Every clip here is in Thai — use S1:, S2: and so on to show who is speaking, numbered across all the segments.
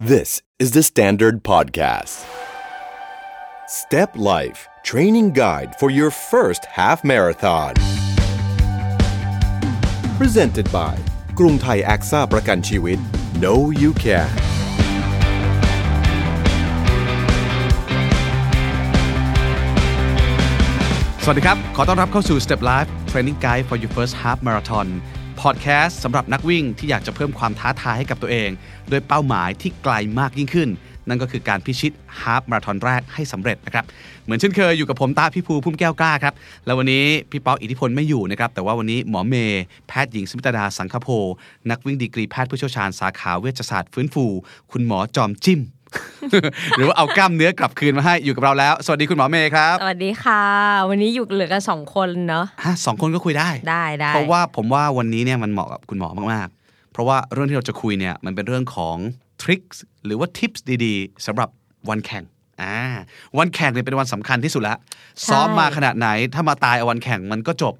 S1: This is the Standard Podcast. Step Life Training Guide for your first half marathon. Presented by กรุงไทย a อ a ประกันชีวิต No You Can
S2: สวัสดีครับ ขอต้อนรับเข้าสู่ Step Life Training Guide for Your First Half Marathon Podcast สำหรับนักวิ่งที่อยากจะเพิ่มความท้าทายให้กับตัวเองด้วยเป้าหมายที่ไกลมากยิ่งขึ้น นั่นก็คือการพิชิตฮาฟมาราธอนแรกให้สำเร็จนะครับ เหมือนเช่นเคยอยู่กับผมตาพี่ภูพุ่มแก้วกล้าครับ แล้ววันนี้พี่ป๊อกอิทธิพลไม่อยู่นะครับ แต่ว่าวันนี้หมอเมย์แพทย์หญิงสมิตดาสังคโพนักวิ่งดีกรีแพทย์ผู้เชี่ยวชาญสาขาเวชศาสตร์ฟื้นฟู คุณหมอจอมจิ้ม หรือว่าเอากล้ามเนื้อกลับคืนมาให้อยู่กับเราแล้ว สวัสดีคุณหมอเมย์ครับ
S3: สวัสดีค่ะ วันนี้อยู่เหลือกันสองคนเนาะ
S2: ฮะสองคนก็คุยได้
S3: ได้ได้
S2: เพราะว่าผมว่าวันนี้เนี่ยมันเหมาะกับคุณหมอมาก ๆ เพราะว่าเรื่องที่เราจะคุยเนี่ยมันเป็นเรื่องของทริคหรือว่าทิปส์ดี ๆสำหรับวันแข่งอ่าวันแข่งเนี่ยเป็นวันสำคัญที่สุดละซ้อมมาขนาดไหนถ้ามาตายเอาวันแข่งมันก็จบ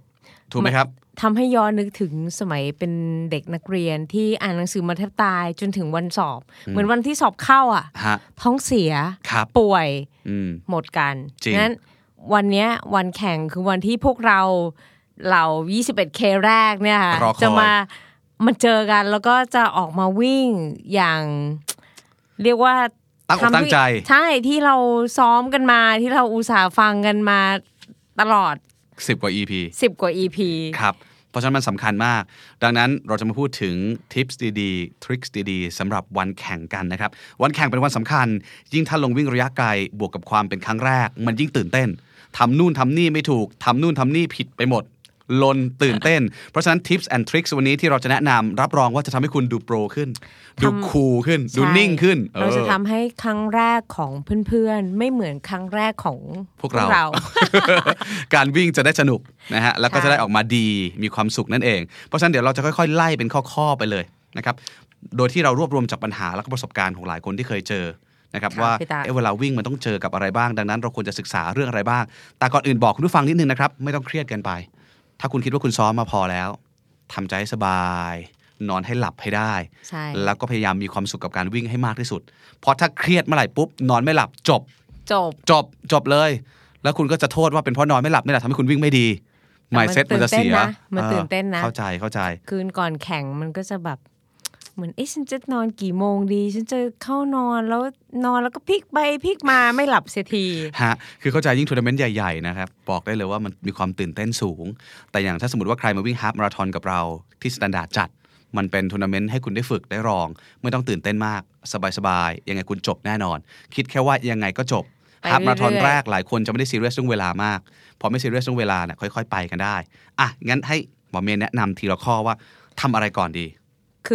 S2: ถูกไหมครับ
S3: ทำให้ย้อนนึกถึงสมัยเป็นเด็กนักเรียนที่อ่านหนังสือมาแทบตายจนถึงวันสอบ เหมือนวันที่สอบเข้าอ่ะ
S2: ฮะ
S3: ท้องเสีย
S2: ครับ
S3: ป่วย
S2: อืม
S3: หมดกัน
S2: จริง
S3: นั้นวันเนี้ยวันแข่งคือวันที่พวกเราเรา 21K แรกเนี่ยค่ะ
S2: รอคอย
S3: จะมามันเจอกันแล้วก็จะออกมาวิ่งอย่าง เรียกว่า
S2: ตั้งอกตั้งใจ
S3: ใช่ที่เราซ้อมกันมาที่เราอุตส่าห์ฟังกันมาตลอด
S2: 10 กว่า EP
S3: 10 กว่า EP
S2: ครับ เพราะฉะนั้นมันสำคัญมาก ดังนั้นเราจะมาพูดถึงทิปส์ดีๆ ทริคส์ดีๆสำหรับวันแข่งกันนะครับ วันแข่งเป็นวันสำคัญ ยิ่งถ้าลงวิ่งระยะไกล บวกกับความเป็นครั้งแรก มันยิ่งตื่นเต้น ทำนู่นทำนี่ไม่ถูก ทำนู่นทำนี่ผิดไปหมด ลนตื่นเต้น เพราะฉะนั้นทิปส์แอนทริคส์วันนี้ที่เราจะแนะนำรับรองว่าจะทำให้คุณดูโปรขึ้น ดูคูลขึ้น ดู
S3: ใช่
S2: นิ่งขึ้นออ
S3: เราจะทำให้ครั้งแรกของเพื่อนๆ ไม่เหมือนครั้งแรกของ
S2: พวกเรา
S3: เรา
S2: การวิ่งจะได้สนุกนะฮะ แล้วก็
S3: ค่ะ
S2: จะได้ออกมาดีมีความสุขนั่นเอง เพราะฉะนั้นเดี๋ยวเราจะค่อยๆ ไล่เป็นข้อๆไปเลยนะครับ โดยที่เรารวบรวมจากปัญหาและก็ประสบการณ์ของหลายคนที่เคยเจอนะครับ
S3: ค่ะ
S2: ว่า
S3: พี่ตา
S2: เอ๊ะเวลาวิ่งมันต้องเจอกับอะไรบ้าง ดังนั้นเราควรจะศึกษาเรื่องอะไรบ้าง แต่ก่อนอื่นบอกคุณผู้ฟังนิดนึงนะครับ ไม่ต้องเครียดเกันไป ถ้าคุณคิดว่าคุณซ้อมมาพอแล้วทำใจให้สบาย นอนให้หลับให้ได้
S3: ใช่
S2: แล้วก็พยายามมีความสุขกับการวิ่งให้มากที่สุด เพราะถ้าเครียดเมื่อไหร่ปุ๊บนอนไม่หลับจบ
S3: จบ
S2: จบจบเลย แล้วคุณก็จะโทษว่าเป็นเพราะนอนไม่หลับนี่แหละทำให้คุณวิ่งไม่ดี
S3: แต่
S2: ไม
S3: มัน
S2: เซ็ตมันจะเสีย
S3: มันตื่นเต้นนะมันตื่นเต้น
S2: อ
S3: นะ
S2: อเข้าใจเข้าใจ
S3: คืนก่อนแข่งมันก็จะแบบ เหมือนเอ๊ะฉันจะนอนกี่โมงดี ฉันจะเข้านอนแล้วนอนแล้วก็พลิกไปพลิกมาไม่หลับเสียที
S2: ฮะ คือเข้าใจยิ่งทัวร์นาเมนต์ใหญ่ ๆ นะครับ บอกได้เลยว่ามันมีความตื่นเต้นสูง แต่อย่างถ้าสมมติว่าใครมาวิ่งฮาล์ฟมาราธอนกับเราที่สแตนดาร์ดจัด มันเป็นทัวร์นาเมนต์ให้คุณได้ฝึกได้รอง ไม่ต้องตื่นเต้นมาก สบายๆ ยังไงคุณจบแน่นอน คิดแค่ว่ายังไงก็จบ
S3: ไป
S2: ฮาล์ฟมาราธอน
S3: เรื่อยๆ
S2: แรกหลายคนจะไม่ได้ซีเรียสเรื่องเวลามาก พอไม่ซีเรียสเรื่องเวลาเนี่ยค่อยๆ ไปกันได้ อ่ะ งั้นให้หมอเมย์แนะนำทีละข้อว่าทำอะไรก่อนดี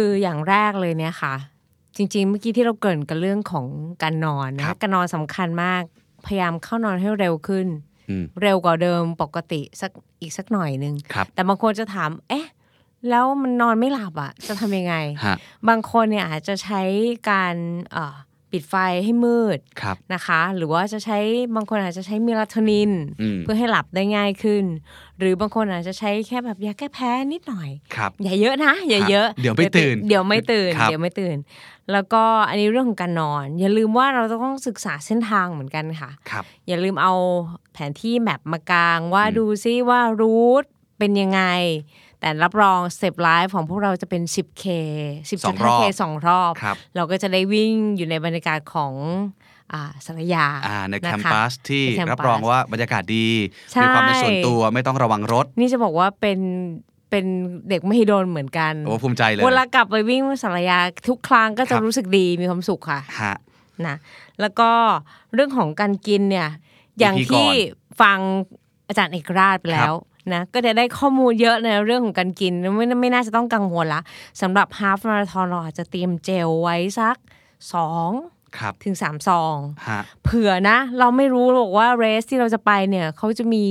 S3: คืออย่างแรกเลยเนี่ยค่ะ จริงๆ เมื่อกี้ที่เราเกริ่นกันเรื่องของการนอน
S2: ครั
S3: นะ
S2: บ
S3: การนอนสำคัญมาก พยายามเข้านอนให้เร็วขึ้น
S2: อืม
S3: เร็วกว่าเดิมปกติสักอีกสักหน่อยหนึง
S2: ครับ
S3: แต่บางคนจะถาม เอ๊ะ แล้วมันนอนไม่หลับอ่ะ จะทำยังไง
S2: ฮะ
S3: บางคนเนี่ยอาจจะใช้การเอ่อปิดไฟให้มืด
S2: ครับ
S3: นะคะ หรือว่าจะใช้บางคนอาจจะใช้เมลาโทนิน
S2: อืม
S3: เพื่อให้หลับได้ง่ายขึ้น หรือบางคนอาจจะใช้แค่แบบยาแก้แพ้นิดหน่อย
S2: ครับ
S3: อย่าเยอะนะ อย่าเยอะ
S2: ครับเดี๋ยวไม่ตื่น
S3: เดี๋ยวไม่ตื่น
S2: ครับ
S3: เดี๋ยวไม่ตื่น แล้วก็อันนี้เรื่องของการนอน อย่าลืมว่าเราต้องศึกษาเส้นทางเหมือนกันค่ะ
S2: ครับ
S3: อย่าลืมเอาแผนที่แมปมากางว่า
S2: อืม
S3: ดูซิว่ารูทเป็นยังไง แต่รับรองเซฟไลฟ์ของพวกเราจะเป็น 10K 10.5K สองรอบ
S2: ครับ
S3: เราก็จะได้วิ่งอยู่ในบรรยากาศของอ่าสารยา
S2: อ่าใน
S3: ะ
S2: แค
S3: คะ
S2: มปัสที่
S3: ในแคมปัส
S2: รับรองว่าบรรยากาศดี
S3: ใช่
S2: มีความเป็นส่วนตัวไม่ต้องระวังรถ
S3: นี่จะบอกว่าเป็นเป็นเด็กมหิดลเหมือนกัน
S2: โอ้ภูมิใจเลย
S3: เวลากลับไปวิ่งสารยาทุกครั้งก็
S2: ค
S3: จะ
S2: รับ
S3: รู้สึกดีมีความสุขค่ะ
S2: ฮะ
S3: นะแล้วก็เรื่องของการกินเนี่ย อย่าง
S2: ก่
S3: ที่
S2: อน
S3: ฟังอาจารย์เอกราชไปแล้วนะก็จะได้ข้อมูลเยอะในเรื่องของการกินไม่ไม่น่าจะต้องกังวลละสำหรับฮาฟมาราธอนเราอาจจะเตรียมเจลไว้สัก 2
S2: ครับ
S3: ถึง 3 ซอง
S2: ฮะ
S3: เผื่อนะ เราไม่รู้หรอกว่าเรสที่เราจะไปเนี่ยเขาจะมี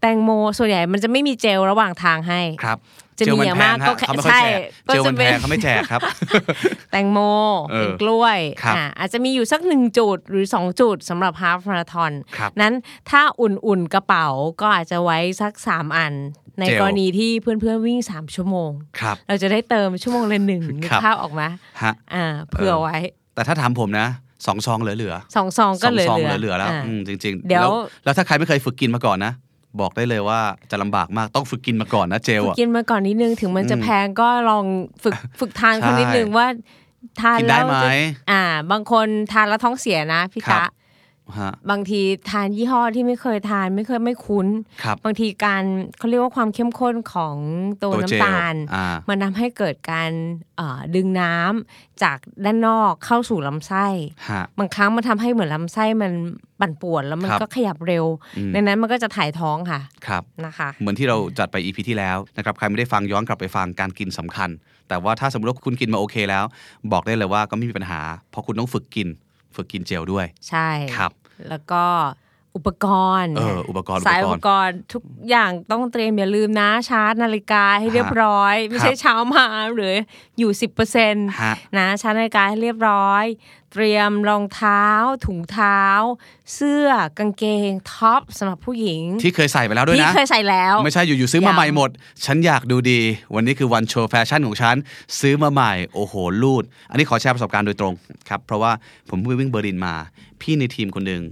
S3: แตงโมส่วนใหญ่มันจะไม่มีเจลระหว่างทางให้
S2: ครับ
S3: จะมีอย่างมากก็
S2: ฮะ
S3: แค่
S2: เขาไม่ค่อยแจก
S3: ใช่
S2: เจลมัน
S3: ก็จะเป็
S2: แพ
S3: น
S2: งเขาไม่แจก ครับ
S3: แตงโม
S2: เออ
S3: เป็นกล้วย
S2: ครับ
S3: อ่าอาจจะมีอยู่สักหนึ่งจุดหรือ 2 จุดสำหรับฮาฟมาราทอน
S2: ครับ
S3: นั้นถ้าอุ่นๆกระเป๋าก็อาจจะไว้สัก 3 อัน ใน
S2: เจล
S3: กรณีที่เพื่อนๆวิ่ง 3 ชั่วโมง
S2: ครับ
S3: เราจะได้เติมชั่วโมงละหนึ่งนึก
S2: ครับ
S3: ภาพออกมา
S2: ฮะ
S3: อ่าเผื่อไว้
S2: เ แต่ถ้าถามผมนะสองซองเหลือๆ
S3: สองซองก็เหลือ
S2: สอง
S3: เหลื
S2: ซ
S3: อ
S2: องเหลือๆแล้ว
S3: า
S2: อืมจริงๆ
S3: เดี๋ยว
S2: แล้แล้วถ้าใครไม่เคยฝึกกินมาก่อนนะ บอกได้เลยว่าจะลำบากมากต้องฝึกกินมาก่อนนะเจล
S3: ฝึก
S2: อ่ะ
S3: กินมาก่อนนิดนึงถึงมันจะ
S2: อืม
S3: แพงก็ลองฝึกฝึกทาน
S2: ใช่
S3: คนนิดนึงว่า ทาน
S2: กินได้
S3: แล้ว
S2: ไหม
S3: จะอ่า บางคนทานแล้วท้องเสียนะพี่ตะ
S2: ฮะ
S3: บางทีทานยี่ห้อที่ไม่เคยทานไม่เคยไม่คุ้น
S2: ครับ
S3: บางทีการเขาเรียกว่าความเข้มข้นของตัว
S2: ตัว
S3: น้ำ
S2: เจล
S3: ตาล
S2: อ่า
S3: มันทำให้เกิดการเอ่อดึงน้ำจากด้านนอกเข้าสู่ลำไส้
S2: ฮะ
S3: บางครั้งมันทำให้เหมือนลำไส้มันปั่นป่วนแล้วมัน
S2: ครับ
S3: ก็ขยับเร็ว
S2: อืม
S3: ดังนั้นมันก็จะถ่ายท้องค่ะ
S2: ครับ
S3: นะคะ
S2: เหมือนที่เราจัดไป EP ที่แล้วนะครับใครไม่ได้ฟังย้อนกลับไปฟังการกินสำคัญ แต่ว่าถ้าสมมติว่าคุณกินมาโอเคแล้ว บอกได้เลยว่าก็ไม่มีปัญหา เพราะคุณต้องฝึกกิน ฝึกกินเจลด้วย
S3: ใช่
S2: ครับ
S3: แล้วก็อุปกรณ์
S2: เอออุปกรณ์
S3: สาย
S2: อุ
S3: อุ
S2: ปกรณ์
S3: ปกรณ์ทุกอย่างต้องเตรียมอย่าลืมนะชาร์จนาฬิกาให้เรียบร้อย ไม่ใช่เช้ามาหรืออยู่ 10%น
S2: ฮะ
S3: ะชาร์จนาฬิกาให้เรียบร้อย เตรียมรองเท้า ถุงเท้า เสื้อกางเกงท็อปสำหรับผู้หญิง
S2: ที่เคยใส่ไปแล้วด้วย
S3: ที่
S2: นะ
S3: เคยใส่แล้ว
S2: ไม่ใช่อยู่ๆซื้อมา
S3: ย้ำ
S2: ใหม่หมด ฉันอยากดูดี วันนี้คือวันโชว์แฟชั่นของฉัน ซื้อมาใหม่ โอ้โห ลูด อันนี้ขอแชร์ประสบการณ์โดยตรงครับ เพราะว่าผมเพิ่งไปวิ่งเบอร์ลินมา พี่ในทีมคนหนึ่ง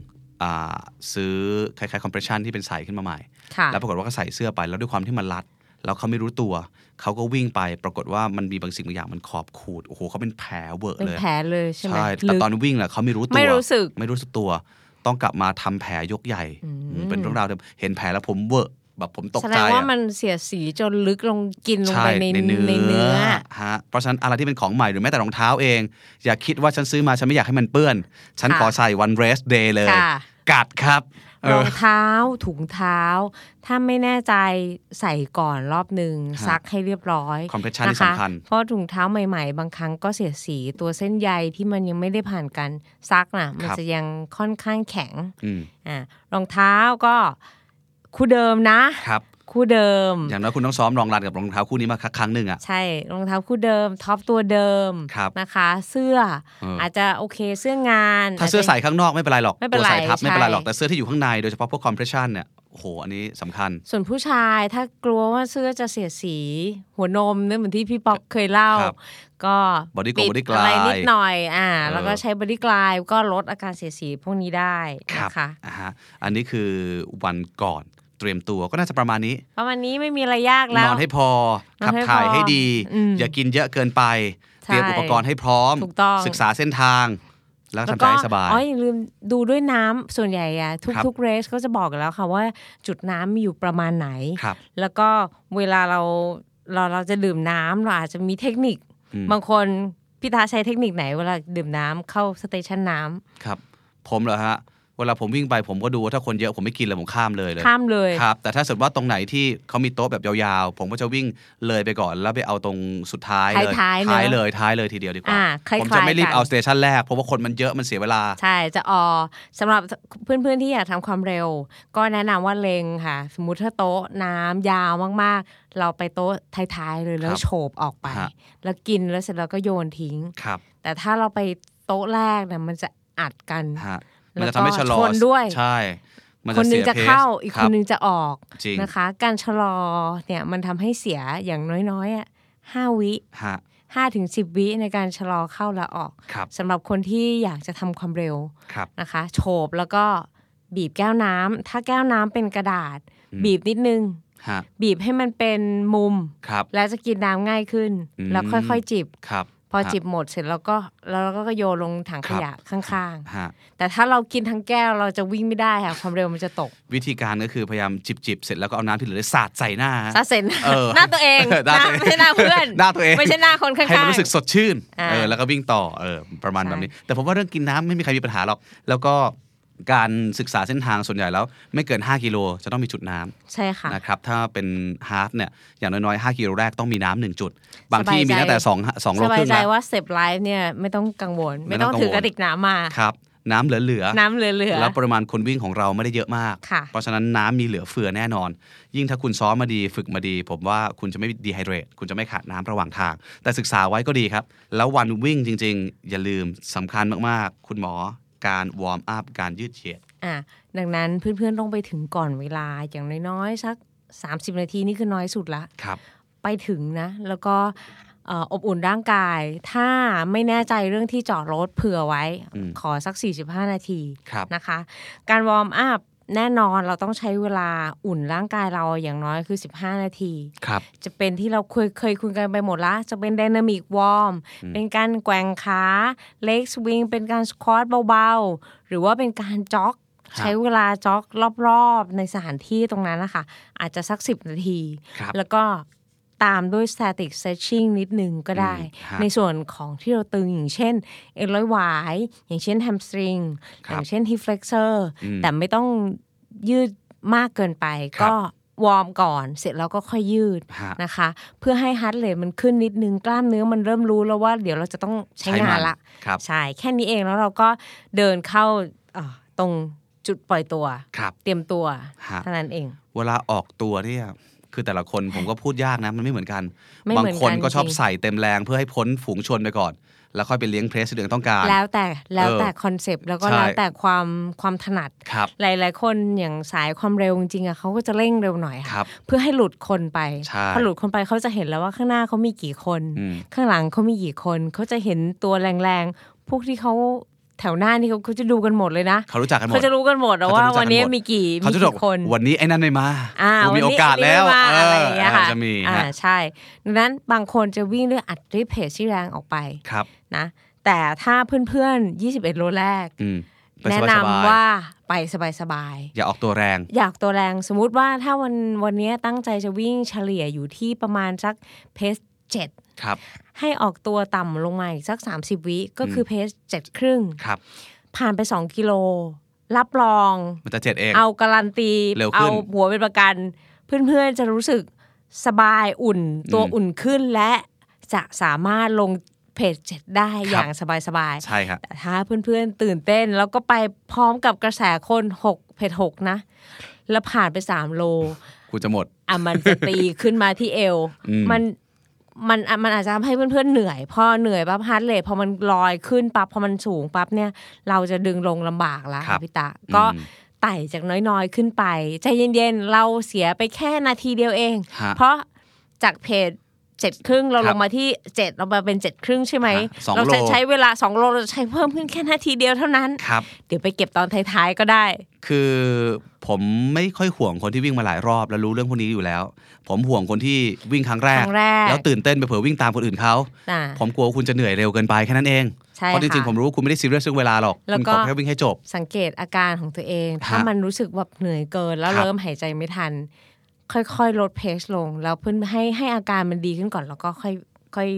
S2: อ่าซื้อคล้ายๆคอมเพรสชันที่เป็นสายขึ้นมาใหม่
S3: ค่ะ
S2: แล้วปรากฏว่าก็ใส่เสื้อไปแล้วด้วยความที่มันรัด แล้วเขาไม่รู้ตัว เขาก็วิ่งไปปรากฏว่ามันมีบางสิ่งบางอย่างมันขอบขูดโอ้โหเขาเป็นแผลเวอะ
S3: เป็น
S2: เลย
S3: แผลเลยใช่ไหม
S2: แต่
S3: ลึก
S2: ตอนวิ่งน่ะเขาไม่รู้ตัว
S3: ไม่รู้สึก
S2: ไม่รู้สึกตัว ต้องกลับมาทำแผลยกใหญ่
S3: อืม
S2: อืมเป็นเรื่องราวเดิมเห็นแผลแล้วผมเวอะแบบผมตก
S3: แส
S2: ใจ
S3: ดงว่า
S2: อะ
S3: มันเสียสีจนลึกลงกินลง
S2: ช่
S3: ไปในในเนื้อ
S2: ฮะเพราะฉะนั้นอะไรที่เป็นของใหม่หรือแม้แต่รองเท้าเอง อย่าคิดว่าฉันซื้อมาฉันไม่อยากให้มันเปื้อน ฉัน
S3: ค่ะ
S2: ขอใส่วันเรสเดย์เลย
S3: ค่ะ
S2: กัดครับเอ
S3: รอ
S2: อ
S3: งเท้าถุงเท้า ถ้าไม่แน่ใจใส่ก่อนรอบหนึ่ง
S2: ฮะ
S3: ซักให้เรียบร้อย
S2: คอมเพรสชันที่
S3: ะะ
S2: สำคัญ
S3: เพราะถุงเท้าใหม่ๆ บางครั้งก็เสียสีตัวเส้นใยที่มันยังไม่ได้ผ่านการซักนะมันจะยังค่อนข้างแข็ง
S2: อืม
S3: อ่ารองเท้าก็คู่เดิมนะครับ คู่เดิม
S2: อย่างน้อยคุณต้องซ้อมรองรันกับรองเท้าคู่นี้มาครั้งหนึ่งอ่ะ
S3: ใช่รองเท้าคู่เดิมท็อปตัวเดิม
S2: ครับ
S3: นะคะ เสื้อ
S2: เอออ
S3: อาจจะโอเคเสื้องาน
S2: ถ้าเสื้อใส่ข้างนอกไม่เป็นไรหรอก
S3: ไม่เป็น
S2: ตัว
S3: ไร
S2: ใส่ทับไม่เป็นไร
S3: ใช่
S2: หรอกแต่เสื้อที่อยู่ข้างในโดยเฉพาะพวกคอมเพรสชันเนี่ยโอ้โหอันนี้สำคัญ
S3: ส่วนผู้ชายถ้ากลัวว่าเสื้อจะเสียสี หัวนมเนี่ยเหมือนที่พี่ป๊อกเคยเล่า
S2: ครับ
S3: ก็
S2: บอดี้กง
S3: ปิ
S2: บอดี้กลาย
S3: อะไรนิดหน่อยอ่า
S2: เออ
S3: แล้วก็ใช้บอดี้กลายก็ลดอาการเสียสีพวกนี้ได้นะคะ
S2: อ่าฮะอันนี้คือวันก่อนเตรียมตัวก็น่าจะประมาณนี้
S3: ประมาณนี้ไม่มีอะไรยาก
S2: น
S3: แล้ว
S2: อนให้พอ
S3: นอน
S2: ขับ
S3: ให้
S2: ถ่าย
S3: พอ
S2: ให้ดี
S3: อืม
S2: อย่ากินเยอะเกินไปเต
S3: ใช่
S2: รียมอุปกรณ์ให้พร้อม
S3: ถูกต้อง
S2: ศึกษาเส้นทาง แล้วทำใจ
S3: ก็
S2: ให้สบาย
S3: อ๋ออย่าลืมดูด้วยน้ำส่วนใหญ่อะทุก
S2: ครับ
S3: ทุกเรสก็จะบอกอยู่แล้วค่ะว่าจุดน้ำมีอยู่ประมาณไหน
S2: ครับ
S3: แล้วก็เวลาเราเราเราจะดื่มน้ำเราอาจจะมีเทคนิค
S2: อืม
S3: บางคนพี่ตาใช้เทคนิคไหน เวลาดื่มน้ำเข้าสเตชันน้ำ
S2: ครับ ผมเหรอฮะ เวลาผมวิ่งไปผมก็ดูว่าถ้าคนเยอะผมไม่กินเลยผมข้ามเลยเลย
S3: ข้ามเลย
S2: ครับ แต่ถ้าสมมติว่าตรงไหนที่เขามีโต๊ะแบบยาวๆ ผมก็จะวิ่งเลยไปก่อน แล้วไปเอาตรงสุดท้ายเลย
S3: ท้ายๆเนอะ
S2: เลยท้ายเลยทีเดียวดีกว่า
S3: อ่าคล้ายๆ
S2: ผมจะไม่รีบ
S3: กัน
S2: เอาสเตชันแรกเพราะว่าคนมันเยอะมันเสียเวลา
S3: ใช่ จะออสำหรับเพื่อนๆที่อยากทำความเร็ว ก็แนะนำว่าเลงค่ะ สมมุติถ้าโต๊ะน้ำยาวมากๆ เราไปโต๊ะท้ายๆเลยแล้ว
S2: ครับ
S3: โฉบออกไป
S2: ฮะ
S3: แล้วกินแล้วเสร็จแล้วก็โยนทิ้ง
S2: ครับ
S3: แต่ถ้าเราไปโต๊ะแรกเนี่ยมันจะอัดกัน
S2: ฮะมันจะทำให้ชะลอ
S3: แล้วก็ชนด้วย
S2: ใช่ มัน
S3: ค
S2: จะ
S3: นห
S2: เสี
S3: นึ่ง
S2: ย
S3: จะ
S2: เพ
S3: เข้า
S2: ซ
S3: อีก
S2: ค
S3: ครับ นหนึ่งจะออก
S2: จริง
S3: นะคะ การชะลอเนี่ยมันทำให้เสียอย่างน้อยๆอะห้าวิ
S2: ฮะ
S3: ห้าถึงสิบวิในการชะลอเข้าและออก
S2: ครับ
S3: สำหรับคนที่อยากจะทำความเร็ว
S2: ครับ
S3: นะคะโฉบแล้วก็บีบแก้วน้ำถ้าแก้วน้ำเป็นกระดาษ
S2: อืม
S3: บีบนิดนึง
S2: ฮะ
S3: บีบให้มันเป็นมุม
S2: ครับ
S3: แล้วจะกินน้ำง่ายขึ้น
S2: อืม
S3: แล้วค่อยๆจิบ
S2: ครับ
S3: พอ
S2: ฮะ
S3: จิบหมดเสร็จแล้วก็แล้วเราก็โยนลงถังขยะข้าง
S2: ฮะ
S3: ๆ แต่ถ้าเรากินทั้งแก้วเราจะวิ่งไม่ได้ค่ะความเร็วมันจะตก
S2: วิธีการก็คือพยายามจิบจิบๆเสร็จแล้วก็เอาน้ำที่เหลือสาดใส่หน้าฮะ
S3: ซะเสร็จ
S2: เออ
S3: หน้าตัวเอง
S2: หน้าตัวเอง
S3: ไม่ใช่หน้าเพื่อน
S2: หน้าตัวเอง
S3: ไม่ใช่หน้าคนข้างๆ
S2: ให้มันรู้สึกสดชื่น
S3: อ่า
S2: เออแล้วก็วิ่งต่อเออประมาณ
S3: ใช่
S2: แบบนี้ แต่ผมว่าเรื่องกินน้ำไม่มีใครมีปัญหาหรอก แล้วก็การศึกษาเส้นทางส่วนใหญ่แล้ว ไม่เกิน 5 กิโลจะต้องมีจุดน้
S3: ใช่ค่ะ
S2: ำนะครับถ้าเป็นฮาฟเนี่ยอย่างน้อยๆ 5 กิโลแรกต้องมีน้ำหนึ่งจุด บาง
S3: สบาย
S2: ที่มีตั้งแต่
S3: ใจ
S2: 2 2โล
S3: ส
S2: ค
S3: บาย
S2: รึ่ง
S3: ใจ
S2: นะ
S3: ว่าเซฟไลฟ์เนี่ยไม่ต้องกังวล
S2: ไม่
S3: ไม่
S2: ต้
S3: ต้
S2: อ
S3: อง ง
S2: กังวล
S3: ถือกระติกน้ำมา
S2: ครับน้ำเหลือๆ
S3: น้ำเหลือๆ
S2: แล้วปริมาณคนวิ่งของเราไม่ได้เยอะมาก
S3: ค่ะ
S2: เพราะฉะนั้นน้ำมีเหลือเฟือแน่นอน ยิ่งถ้าคุณซ้อมมาดีฝึกมาดี ผมว่าคุณจะไม่ดีไฮเดรตคุณจะไม่ขาดน้ำระหว่างทาง แต่ศึกษาไว้ก็ดีครับ แล้ววันวิ่งจริง ๆ อย่าลืมสำคัญมากๆ คุณหมอการวอร์มอัพการยืดเหยียด
S3: อ่ะดังนั้นเพื่อนๆต้องไปถึงก่อนเวลาอย่างน้อยๆสัก 30 นาทีนี่คือน้อยสุดละ
S2: ครับ
S3: ไปถึงนะ แล้วก็ เอ่ออบอุ่นร่างกาย ถ้าไม่แน่ใจเรื่องที่จอดรถเผื่อไว้
S2: อืม
S3: ขอสัก 45 นาที
S2: ครับ
S3: นะคะการวอร์มอัพแน่นอนเราต้องใช้เวลาอุ่นร่างกายเราอย่างน้อยคือ 15 นาที
S2: ครับ
S3: จะเป็นที่เราเคยเคยคุยกันไปหมดละ จะเป็น d y นามิกวอร์ม
S2: อืม
S3: เป็นการแกว่งขาเล็กสวิงเป็นการสควอตเบาๆ หรือว่าเป็นการจ็อก ใช้เวลาจ็อกรอบๆ ในสถานที่ตรงนั้นนะคะ อาจจะสัก 10 นาที
S2: ครับ
S3: แล้วก็ตามด้วย static stretching นิดนึงก็ได้
S2: อืมฮะ
S3: ในส่วนของที่เราตึงอย่างเช่น เอ็นร้อยหวาย อย่างเช่น hamstring
S2: ค
S3: อ
S2: รับ
S3: ย่างเช่น hip flexor
S2: อืม
S3: แต่ไม่ต้องยืดมากเกินไป
S2: ครับ
S3: ก็วอร์มก่อนเสร็จแล้วก็ค่อยยืด
S2: ฮะ
S3: นะคะ เพื่อให้ฮ a r t เ a t e มันขึ้นนิดนึง กล้ามเนื้อมันเริ่มรู้แล้วว่าเดี๋ยวเราจะต้องใช้
S2: ใช้มั
S3: งาน
S2: น
S3: ละ
S2: ครับ
S3: ใช่ แค่นี้เองแล้วเราก็เดินเข้าเอ่อตรงจุดปล่อยตัว
S2: ครับ
S3: เตรียมตัว
S2: ฮะ
S3: เท่านั้นเอง
S2: เวลาออกตัวเนี่ยคือแต่ละคนผมก็พูดยากนะ มันไม่เหมือนกัน
S3: ไม่เหมื
S2: บา
S3: อน
S2: ง
S3: กัน
S2: คนก็ชอบ
S3: จริง
S2: ใส่เต็มแรงเพื่อให้พ้นฝูงชนไปก่อน แล้วค่อยไปเลี้ยงเพรสที่ตัวเองต้องการ
S3: แล้วแต่แล้วแต่
S2: เออ
S3: คอนเซปต์แล้วก็
S2: ใช่
S3: แล้วแต่ความความถนัด
S2: ครับ
S3: หลาย ๆ คนอย่างสายความเร็วจริงๆอะเขาก็จะเร่งเร็วหน่อย
S2: ค
S3: ค่ะ
S2: รับ
S3: เพื่อให้หลุดคนไป
S2: ใช่
S3: พอหลุดคนไปเขาจะเห็นแล้วว่าข้างหน้าเขามีกี่คน
S2: อืม
S3: ข้างหลังเขามีกี่คนเขาจะเห็นตัวแรงๆพวกที่เขาแถวหน้านี่เขาเขาจะดูกันหมดเลยนะ
S2: เขารู้จักกันหมด
S3: เขาจะรู้กันหมดอะ
S2: เขาจะ
S3: ว่า
S2: รู้จักกันหมด
S3: วันนี้มีกี่
S2: เขา
S3: มี
S2: จะบอก
S3: กี่คน
S2: วันนี้ไอ้นั่นไม่มา
S3: อ่า
S2: กูมีโอกาส
S3: นนี้
S2: แล้ว
S3: อันนี้ไม่มาอะไรอย่าง
S2: เอ
S3: เงี้ย
S2: อ
S3: ค่ะ
S2: จะมี
S3: อ่า
S2: ฮะ
S3: ใช่ดังนั้นบางคนจะวิ่งด้วยอัดด้วยเพจที่แรงออกไป
S2: ครับ
S3: นะ แต่ถ้าเพื่อนๆ 21 โลแรก
S2: อืมไป
S3: แนะ
S2: สบาย
S3: นำ
S2: ๆ
S3: ว่าไปสบาย
S2: อย่าออกตัวแรง
S3: ๆ อยากตัวแรงสมมุติว่าถ้าวันวันนี้ตั้งใจจะวิ่งเฉลี่ยอยู่ที่ประมาณสักเพสเจ็ด
S2: ครับ
S3: ให้ออกตัวต่ำลงมาอีกสัก 30 วิก็คืออ
S2: ม
S3: เพสเจ็ดครึ่ง
S2: ครับ
S3: ผ่านไป 2 กิโล รับรอง
S2: มันจะเจ็ดเอง
S3: เอาการันตี
S2: เร็วขึ้
S3: เอา
S2: น
S3: หัวเป็นประกัน เพื่อนๆจะรู้สึกสบายอุ่น ตัวอุ่นขึ้นและจะสามารถลงเพจเจ็ดได้
S2: ครับ
S3: อย่างสบาย
S2: ใช่ครับ
S3: ๆแต่ถ้าเพื่อนๆตื่นเต้น แล้วก็ไปพร้อมกับกระแสคนหกเพจหกนะ แล้วผ่านไปสามโล
S2: กูจะหมด
S3: อ่ะมันจะตี ขึ้นมาที่เอว
S2: อืม
S3: มันมันอ่ะมันอาจจะทำให้เพื่อนๆเหนื่อย พอเหนื่อยปั๊บฮาร์ดเรทพอมันลอยขึ้นปั๊บพอมันสูงปั๊บเนี่ย เราจะดึงลงลำบากละ
S2: ครับ
S3: พี่ตาก็
S2: อืม
S3: ไต่จากน้อยๆขึ้นไป ใจเย็นๆ เราเสียไปแค่นาทีเดียวเอง
S2: ฮะ
S3: เพราะจากเพจเจ็ดครึ่งเรา
S2: ครั
S3: ล
S2: บ
S3: งมาที่เจ็ดเรามาเป็นเจ็ดครึ่งใช่ไหม
S2: ฮะสอง
S3: เราจะ
S2: โล
S3: ใช้เวลาสองโลเราจะใช้เพิ่มขึ้นแค่นาทีเดียวเท่านั้น
S2: ครับ
S3: เดี๋ยวไปเก็บตอนท้ายๆก็ได้
S2: คือผมไม่ค่อยห่วงคนที่วิ่งมาหลายรอบแล้วรู้เรื่องพวกนี้อยู่แล้ว ผมห่วงคนที่วิ่งครั้งแรก
S3: ครั้งแรก
S2: แล้วตื่นเต้นไปเผื่อวิ่งตามคนอื่นเขา
S3: อ่ะ
S2: ผมกลัวคุณจะเหนื่อยเร็วเกินไปแค่นั้นเอง
S3: ใช่
S2: เพราะจริงๆ
S3: ค่ะ
S2: ผมรู้ว่าคุณไม่ได้ซีเรียสเรื่องเวลาหรอก
S3: แล้ว
S2: คุณ
S3: ก็
S2: ขอแค่วิ่งให้จบ
S3: สังเกตอาการของตัวเอง ถ้า
S2: ฮะ
S3: มันรู้สึกแบบเหนื่อยเกิน แล้ว
S2: ครับ
S3: เริ่มหายใจไม่ทัน ค่อยๆ ลดเพสลง แล้วเพื่อนให้ให้อาการมันดีขึ้นก่อน แล้วก็ค่อยค่อย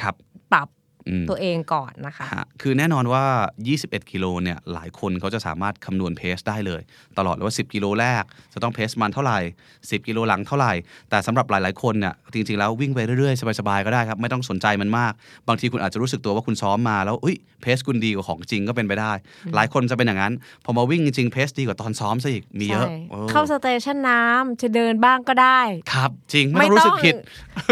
S2: ครับ
S3: ปรับ
S2: อืม
S3: ตัวเองก่อนนะคะ
S2: ฮะคือแน่นอนว่า 21 กิโลเนี่ย หลายคนเขาจะสามารถคำนวณเพสได้เลย ตลอดเลยว่า 10 กิโลแรก จะต้องเพสมันเท่าไหร่ 10 กิโลหลังเท่าไหร่ แต่สำหรับหลาย ๆ คนเนี่ย จริง ๆ แล้ววิ่งไปเรื่อย ๆ สบาย ๆ ก็ได้ครับ ไม่ต้องสนใจมันมาก บางทีคุณอาจจะรู้สึกตัวว่าคุณซ้อมมาแล้วอุ้ยเพสคุณดีกว่าของจริงก็เป็นไปได้ หลายคนจะเป็นอย่างนั้น พอมาวิ่งจริง ๆ เพสดีกว่าตอนซ้อมซะอีก มีเยอะ
S3: ใช่
S2: ออ
S3: เข้าสเตชันน้ำจะเดินบ้างก็ได้
S2: ครับ จริง ไม่ต้องรู้สึกผิด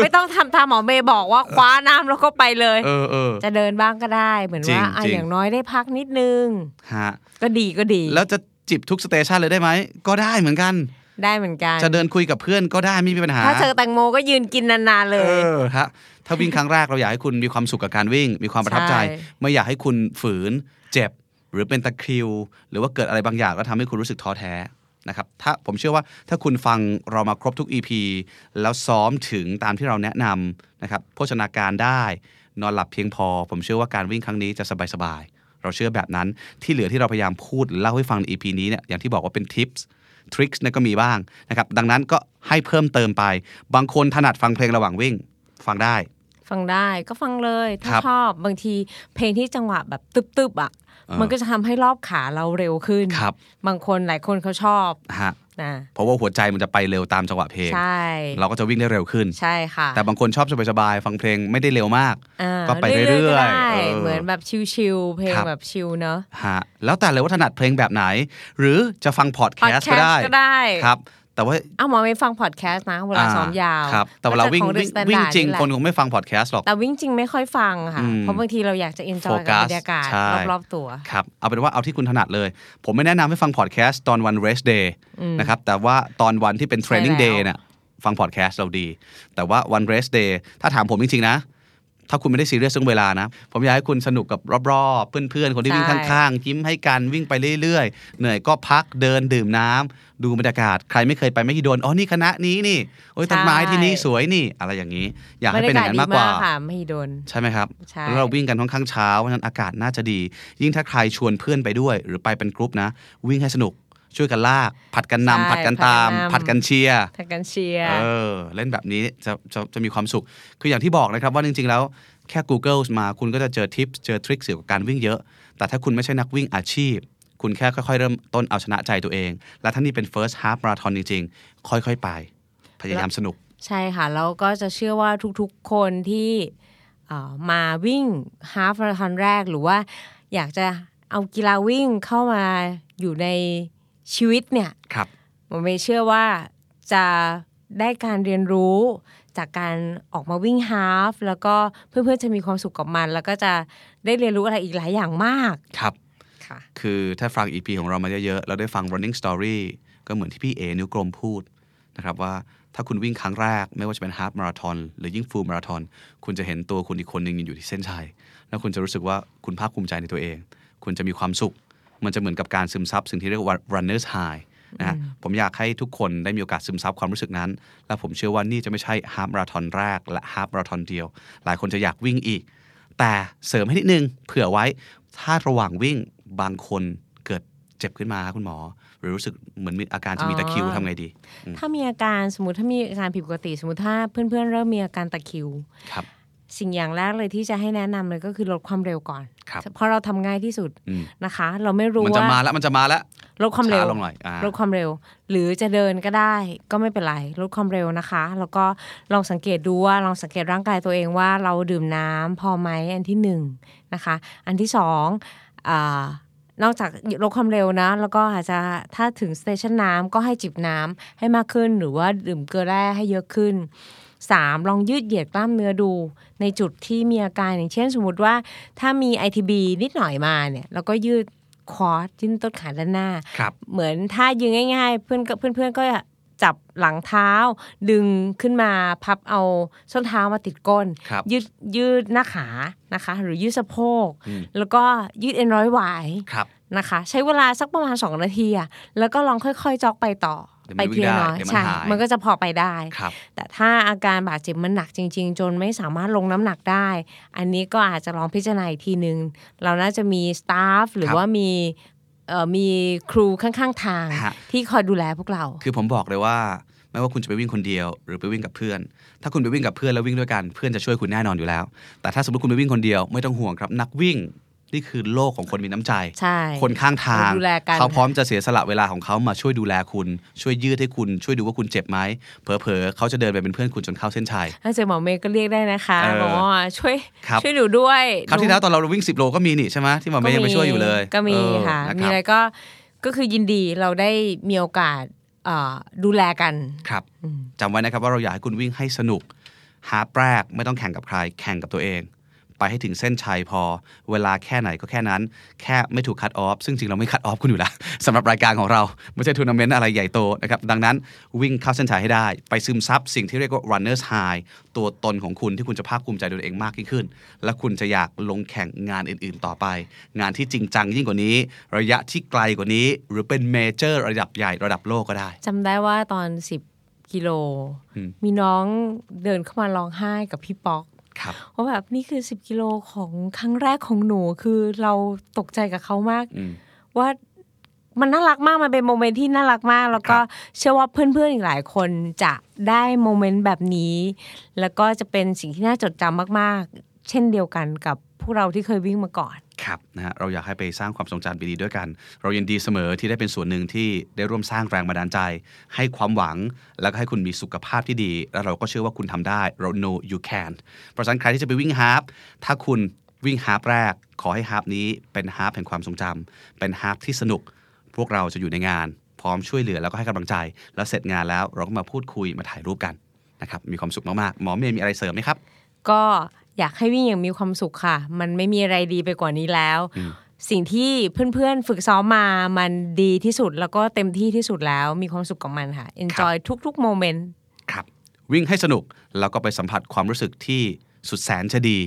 S3: ไม่ต้องทำตามหมอเมย์บอกว่าคว้าน้ำแล้วก็ไปเลย
S2: เออเออ
S3: จะเดินบ้างก็ได้ เหมือน
S2: จริง
S3: ว่าอ่ะ
S2: จริง
S3: อย่างน้อยได้พักนิดนึง
S2: ฮะ
S3: ก็ดีก็ดี
S2: แล้วจะจิบทุกสเตชันเลยได้ไหม ก็ได้เหมือนกัน
S3: ได้เหมือนกัน
S2: จะเดินคุยกับเพื่อนก็ได้ไม่มีปัญหา
S3: ถ้าเจอแตงโมก็ยืนกินนานๆเลย
S2: เออฮะถ้าวิ่งครั้งแรกเราอยากให้คุณมีความสุขกับการวิ่ง มีความประทับใจ
S3: ใช่
S2: ไม่อยากให้คุณฝืน เจ็บ หรือเป็นตะคริว หรือว่าเกิดอะไรบางอย่างก็ทำให้คุณรู้สึกท้อแท้นะครับถ้าผมเชื่อว่าถ้าคุณฟังเรามาครบทุก EP แล้วซ้อมถึงตามที่เราแนะนำนะครับโภชนาการได้ นอนหลับเพียงพอ ผมเชื่อว่าการวิ่งครั้งนี้จะสบายๆเราเชื่อแบบนั้นที่เหลือที่เราพยายามพูดเล่าให้ฟังใน EP นี้เนี่ยอย่างที่บอกว่าเป็นทิปส์ ทริคเนี่ยก็มีบ้างนะครับ ดังนั้นก็ให้เพิ่มเติมไป บางคนถนัดฟังเพลงระหว่างวิ่ง ฟังได้
S3: ฟังได้ก็ฟังเลยถ้า
S2: ครับ
S3: ชอบบางทีเพลงที่จังหวะแบบตึบๆอ่ะ
S2: เออ
S3: มันก็จะทำให้รอบขาเราเร็วขึ้น
S2: ครับ
S3: บางคนหลายคนเขาชอบ
S2: ฮะ
S3: นะ
S2: เพราะว่าหัวใจมันจะไปเร็วตามจังหวะเพลง
S3: ใช่
S2: เราก็จะวิ่งได้เร็วขึ้น
S3: ใช่ค่ะ
S2: แต่บางคนชอบสบายๆฟังเพลงไม่ได้เร็วมาก
S3: อ่า
S2: ก็ไปเรื่อยๆ
S3: ก็ได้
S2: เออ
S3: เหมือนแบบชิลๆเพลง
S2: ครับ
S3: แบบชิลเนอะ
S2: ฮะแล้วแต่เลยว่าถนัดเพลงแบบไหน หรือจะฟังพอดแคสต์ก็ได้
S3: podcast ก็ได้
S2: ครับแต่ว่า
S3: เอาหมอไปฟังพอดแคสต์นะเวลาซ้อมยาว
S2: ครับแต่เวลาวิ่ง
S3: ก็จะของ The
S2: วิ่งวิ่ง
S3: Standard
S2: จริง
S3: นี่แหละ
S2: คนคงไม่ฟังพอดแคสต์หรอก
S3: แต่วิ่งจริงไม่ค่อยฟังค่ะ
S2: อืม
S3: เพราะบางทีเราอยากจะเอนจอย
S2: โฟกั
S3: กั
S2: ส
S3: บบรรยากาศ
S2: ใช่
S3: รอบๆตัว
S2: ครับ เอาเป็นว่าเอาที่คุณถนัดเลย ผมไม่แนะนำให้ฟังพอดแคสต์ตอนวัน rest day นะครับ แต่ว่าตอนวันที่เป็น training
S3: ใช่แล้ว
S2: day น่ะฟังพอดแคสต์เราดี แต่ว่าวัน rest day ถ้าถามผมจริง ๆ นะ ถ้าคุณไม่ได้ซีเรียสเรื่องเวลานะ ผมอยากให้คุณสนุกกับรอบๆ เพื่อนๆ คนที่วิ่ง
S3: ใช่
S2: ข้างๆ ยิ้มให้กันวิ่งไปเรื่อยๆ เหนื่อยก็พักเดินดื่มน้ำดูบรรยากาศ ใครไม่เคยไปไม่ฮิโดน อ๋อ นี่คณะนี้นี่ โอ้ยต้นไม้ที่นี่สวยนี่ อะไรอย่างนี้ อยากให้เป็นอย่างนั้นมากกว่า
S3: บรรยศดีค่ะมหิดล
S2: ใช่ไหมครับ
S3: ใช่
S2: แล้วเราวิ่งกันค่อนข้างเช้าเพราะฉะนั้นอากาศน่าจะดี ยิ่งถ้าใครชวนเพื่อนไปด้วย หรือไปเป็นกรุ๊ปนะ วิ่งให้สนุก ช่วยกันลาก ผัดกันนำ
S3: ใช่
S2: ผัดกันตาม
S3: ผั
S2: ผั
S3: ด
S2: ด
S3: กั
S2: กัน
S3: นำ
S2: เชียร์
S3: ทางการเชียร์
S2: เออ เล่นแบบนี้จะจะจะมีความสุข คืออย่างที่บอกนะครับว่าจริงๆแล้วแค่ Google มาคุณก็จะเจอทิปเจอทริคเกี่ยวกับการวิ่งเยอะ แต่ถ้าคุณไม่ใช่นักวิ่งอาชีพ คุณแค่ค่อยๆ เริ่มต้นเอาชนะใจตัวเอง และท่านนี่เป็น first half marathon จริงๆ ค่อยๆ ไป พยายามสนุก
S3: ใช่ค่ะ แล้วก็จะเชื่อว่าทุกๆคนที่เอ่อมาวิ่งฮาฟมาราธอนแรกหรือว่าอยากจะเอากีฬาวิ่งเข้ามาอยู่ในชีวิตเนี่ย
S2: ครับ
S3: ผมไม่เชื่อว่าจะได้การเรียนรู้จากการออกมาวิ่งฮาฟแล้วก็เพื่อนๆจะมีความสุขกับมัน แล้วก็จะได้เรียนรู้อะไรอีกหลายอย่างมาก
S2: ครับ
S3: ค่ะ
S2: คือถ้าฟัง EP ของเรามาเยอะๆ แล้วได้ฟัง running story ก็เหมือนที่พี่เอนิ้วกลมพูดนะครับว่าถ้าคุณวิ่งครั้งแรก ไม่ว่าจะเป็น half marathon หรือยิ่ง full marathon คุณจะเห็นตัวคุณอีกคนหนึ่งยืนอยู่ที่เส้นชัย แล้วคุณจะรู้สึกว่าคุณภาคภูมิใจในตัวเอง คุณจะมีความสุข มันจะเหมือนกับการซึมซับสิ่งที่เรียกว่า runner's high นะฮะผมอยากให้ทุกคนได้มีโอกาสซึมซับความรู้สึกนั้น และผมเชื่อว่านี่จะไม่ใช่ half marathon แรก และ half marathon เดียว หลายคนจะอยากวิ่งอีก แต่เสริมให้นิดนึงเผื่อไว้ ถ้าระหว่างวิ่งบางคนเกิดเจ็บขึ้นมาคุณหมอ หรือรู้สึกเหมือนมีอาการจะมีตะคริว
S3: อ๋อ
S2: ทำไงดี
S3: ถ้ามีอาการสมมติถ้ามีอาการผิดปกติ สมมติถ้าเพื่อนๆเริ่มมีอาการตะคริว
S2: ครับ
S3: สิ่งอย่างแรกเลยที่จะให้แนะนำเลยก็คือลดความเร็วก่อน
S2: ครับ
S3: เพราะเราทำง่ายที่สุด
S2: อืม
S3: นะคะ เราไม่รู้
S2: มันจะ
S3: ว่า
S2: มาแล้วมันจะมาแล้ว
S3: ลดความเร็ว
S2: ช้าลงหน่อยอ่า
S3: ลดความเร็ว หรือจะเดินก็ได้ก็ไม่เป็นไรลดความเร็วนะคะ แล้วก็ลองสังเกตดูว่าลองสังเกตร่างกายตัวเองว่าเราดื่มน้ำพอไหมอันที่หนึ่งนะคะ อันที่สองอานอกจากลดความเร็วนะ แล้วก็อาจจะถ้าถึงสเตชันน้ำก็ให้จิบน้ำให้มากขึ้น หรือว่าดื่มเกลือแร่ให้เยอะขึ้น สามลองยืดเหยียดกล้ามเนื้อดู ในจุดที่มีอาการอย่างเช่นสมมติว่า ถ้ามี ITB นิดหน่อยมาเนี่ยเราก็ยืดคอร์สยืดต้นขาด้านหน้า
S2: ครับ
S3: เหมือนถ้ายืนง่าย ๆ เพื่อนก็เพื่อนๆก็จับหลังเท้า ดึงขึ้นมาพับเอาส้นเท้ามาติดก้น
S2: ครับ
S3: ยืดยืดหน้าขานะคะ หรือยืดสะโพก
S2: อืม
S3: แล้วก็ยืดเอ็นร้อยหวาย
S2: ครับ
S3: นะคะ ใช้เวลาสักประมาณ 2 นาทีอะแล้วก็ลองค่อยๆจ็อกไปต่อ
S2: เดี๋ยว
S3: ไป
S2: มันวิ่
S3: ที
S2: ง
S3: ละ
S2: ได้
S3: น้อย
S2: เดี๋ยวมัน
S3: ใช่
S2: หาย
S3: มันก็จะพอไปได้
S2: ครับ
S3: แต่ถ้าอาการบาดเจ็บมันหนักจริง ๆ จนไม่สามารถลงน้ำหนักได้ อันนี้ก็อาจจะลองพิจารณาอีกทีนึง เราน่าจะมีสตาฟหรือ
S2: ครับ
S3: ว่ามีเอ่อมีครูข้างๆทาง
S2: ฮะ
S3: ที่คอยดูแลพวกเรา
S2: คือผมบอกเลยว่าไม่ว่าคุณจะไปวิ่งคนเดียว หรือไปวิ่งกับเพื่อน ถ้าคุณไปวิ่งกับเพื่อนแล้ววิ่งด้วยกันเพื่อนจะช่วยคุณแน่นอนอยู่แล้ว แต่ถ้าสมมติคุณไปวิ่งคนเดียวไม่ต้องห่วงครับนักวิ่งนี่คือโลกของคนมีน้ำใจ
S3: ใช่
S2: คนข้างทาง
S3: ดูแลกัน
S2: เขาพร้อมจะเสียสละเวลาของเขามาช่วยดูแลคุณ ช่วยยืดให้คุณช่วยดูว่าคุณเจ็บไหมเผลอๆเขาจะเดินไปเป็นเพื่อนคุณจนเข้าเส้นชัย
S3: ถ้าเจอหมอเมย์ก็เรียกได้นะคะ
S2: เออ
S3: บอกว่าช่วย
S2: ครับ
S3: ช่วยหนูด้วย
S2: คราวที่
S3: หนู
S2: แล้วตอนเราวิ่ง 10 โลก็มีนี่ใช่ไหมที่หมอเมย์ยังไปช่วยอยู่เลย
S3: ก็มี
S2: เออ
S3: ค่ะ
S2: น
S3: มี
S2: รับ
S3: อะไรก็ก็คือยินดีเราได้มีโอกาสเอ่อดูแลกัน
S2: ครับ
S3: อืม
S2: จำไว้นะครับว่าเราอยากให้คุณวิ่งให้สนุก หาแรกไม่ต้องแข่งกับใคร แข่งกับตัวเอง ไปให้ถึงเส้นชัยพอ เวลาแค่ไหนก็แค่นั้น แค่ไม่ถูกคัดออฟซึ่งจริงเราไม่คัดออฟคุณอยู่แล้ว สำหรับรายการของเราไม่ใช่ทัวร์นาเมนต์อะไรใหญ่โตนะครับดังนั้นวิ่งเข้าเส้นชัยให้ได้ ไปซึมซับสิ่งที่เรียกว่า runners high ตัวตนของคุณที่คุณจะภาคภูมิใจในตัวเองมากยิ่งขึ้น และคุณจะอยากลงแข่งงานอื่น ๆ ต่อไป งานที่จริงจังยิ่งกว่านี้ ระยะที่ไกลกว่านี้ หรือเป็นเมเจอร์ระดับใหญ่ระดับโลกก็ได้
S3: จำได้ว่าตอน 10 กิโล
S2: อืม
S3: มีน้องเดินเข้ามาร้องไห้กับพี่ป๊อก
S2: ครับ
S3: ว่าแบบนี่คือ 10 กิโลของครั้งแรกของหนูคือเราตกใจกับเขามาก
S2: อืม
S3: ว่ามันน่ารักมากมันเป็นโมเมนต์ที่น่ารักมาก แล้วก็เชื่อว่าเพื่อนๆอีกหลายคนจะได้โมเมนต์แบบนี้ แล้วก็จะเป็นสิ่งที่น่าจดจำมากๆ เช่นเดียวกันกับพวกเราที่เคยวิ่งมาก่อน
S2: ครับนะฮะเราอยากให้ไปสร้างความทรงจำดีๆด้วยกัน เรายินดีเสมอที่ได้เป็นส่วนหนึ่งที่ได้ร่วมสร้างแรงบันดาลใจ ให้ความหวังแล้วก็ให้คุณมีสุขภาพที่ดี แล้วเราก็เชื่อว่าคุณทำได้ เรา know you can เพราะฉะนั้นใครที่จะไปวิ่งฮาร์ปถ้าคุณวิ่งฮาร์ปแรก ขอให้ฮาร์ปนี้เป็นฮาร์ปแห่งความทรงจำเป็นฮาร์ปที่สนุก พวกเราจะอยู่ในงาน พร้อมช่วยเหลือแล้วก็ให้กำลังใจ แล้วเสร็จงานแล้วเราก็มาพูดคุยมาถ่ายรูปกันนะครับมีความสุขมากๆหมอเมย์มีอะไรเสริมไหมครับ
S3: ก็อยากให้วิ่งอย่างมีความสุขค่ะ มันไม่มีอะไรดีไปกว่านี้แล้ว
S2: อืม
S3: สิ่งที่เพื่อนๆ ฝึกซ้อมมา มันดีที่สุดแล้วก็เต็มที่ที่สุดแล้ว มีความสุขกับมันค่ะ enjoy ทุกๆ โมเมนต์
S2: ครับวิ่งให้สนุกแล้วก็ไปสัมผัสความรู้สึกที่ สุดแสนจะดี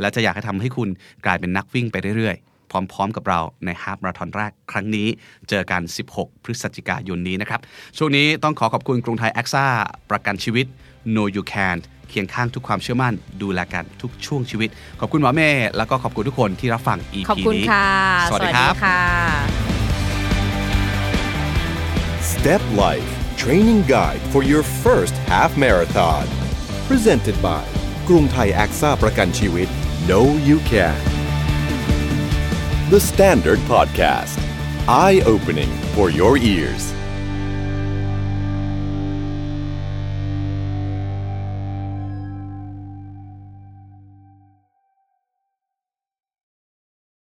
S2: และจะอยากให้ทำให้คุณกลายเป็นนักวิ่งไปเรื่อยๆ พร้อมๆกับเราในฮาฟมาราธอนแรกครั้งนี้ เจอกัน 16 พฤศจิกายนนี้นะครับ ช่วงนี้ต้องขอขอบคุณกรุงไทยแอคซ่าประกันชีวิต No You Can เคียงข้างทุกความเชื่อมั่น ดูแลกันทุกช่วงชีวิต ขอบคุณหมอเมย์แล้วก็ขอบคุณทุกคนที่รับฟัง EP
S3: ขอบคุณ
S2: นี้
S3: ค่ะ
S2: สวัสดีครับ
S1: Step Life Training Guide for your first half marathon. Presented by กรุงไทย AXA ประกันชีวิต Know You Can The Standard Podcast Eye Opening for Your Ears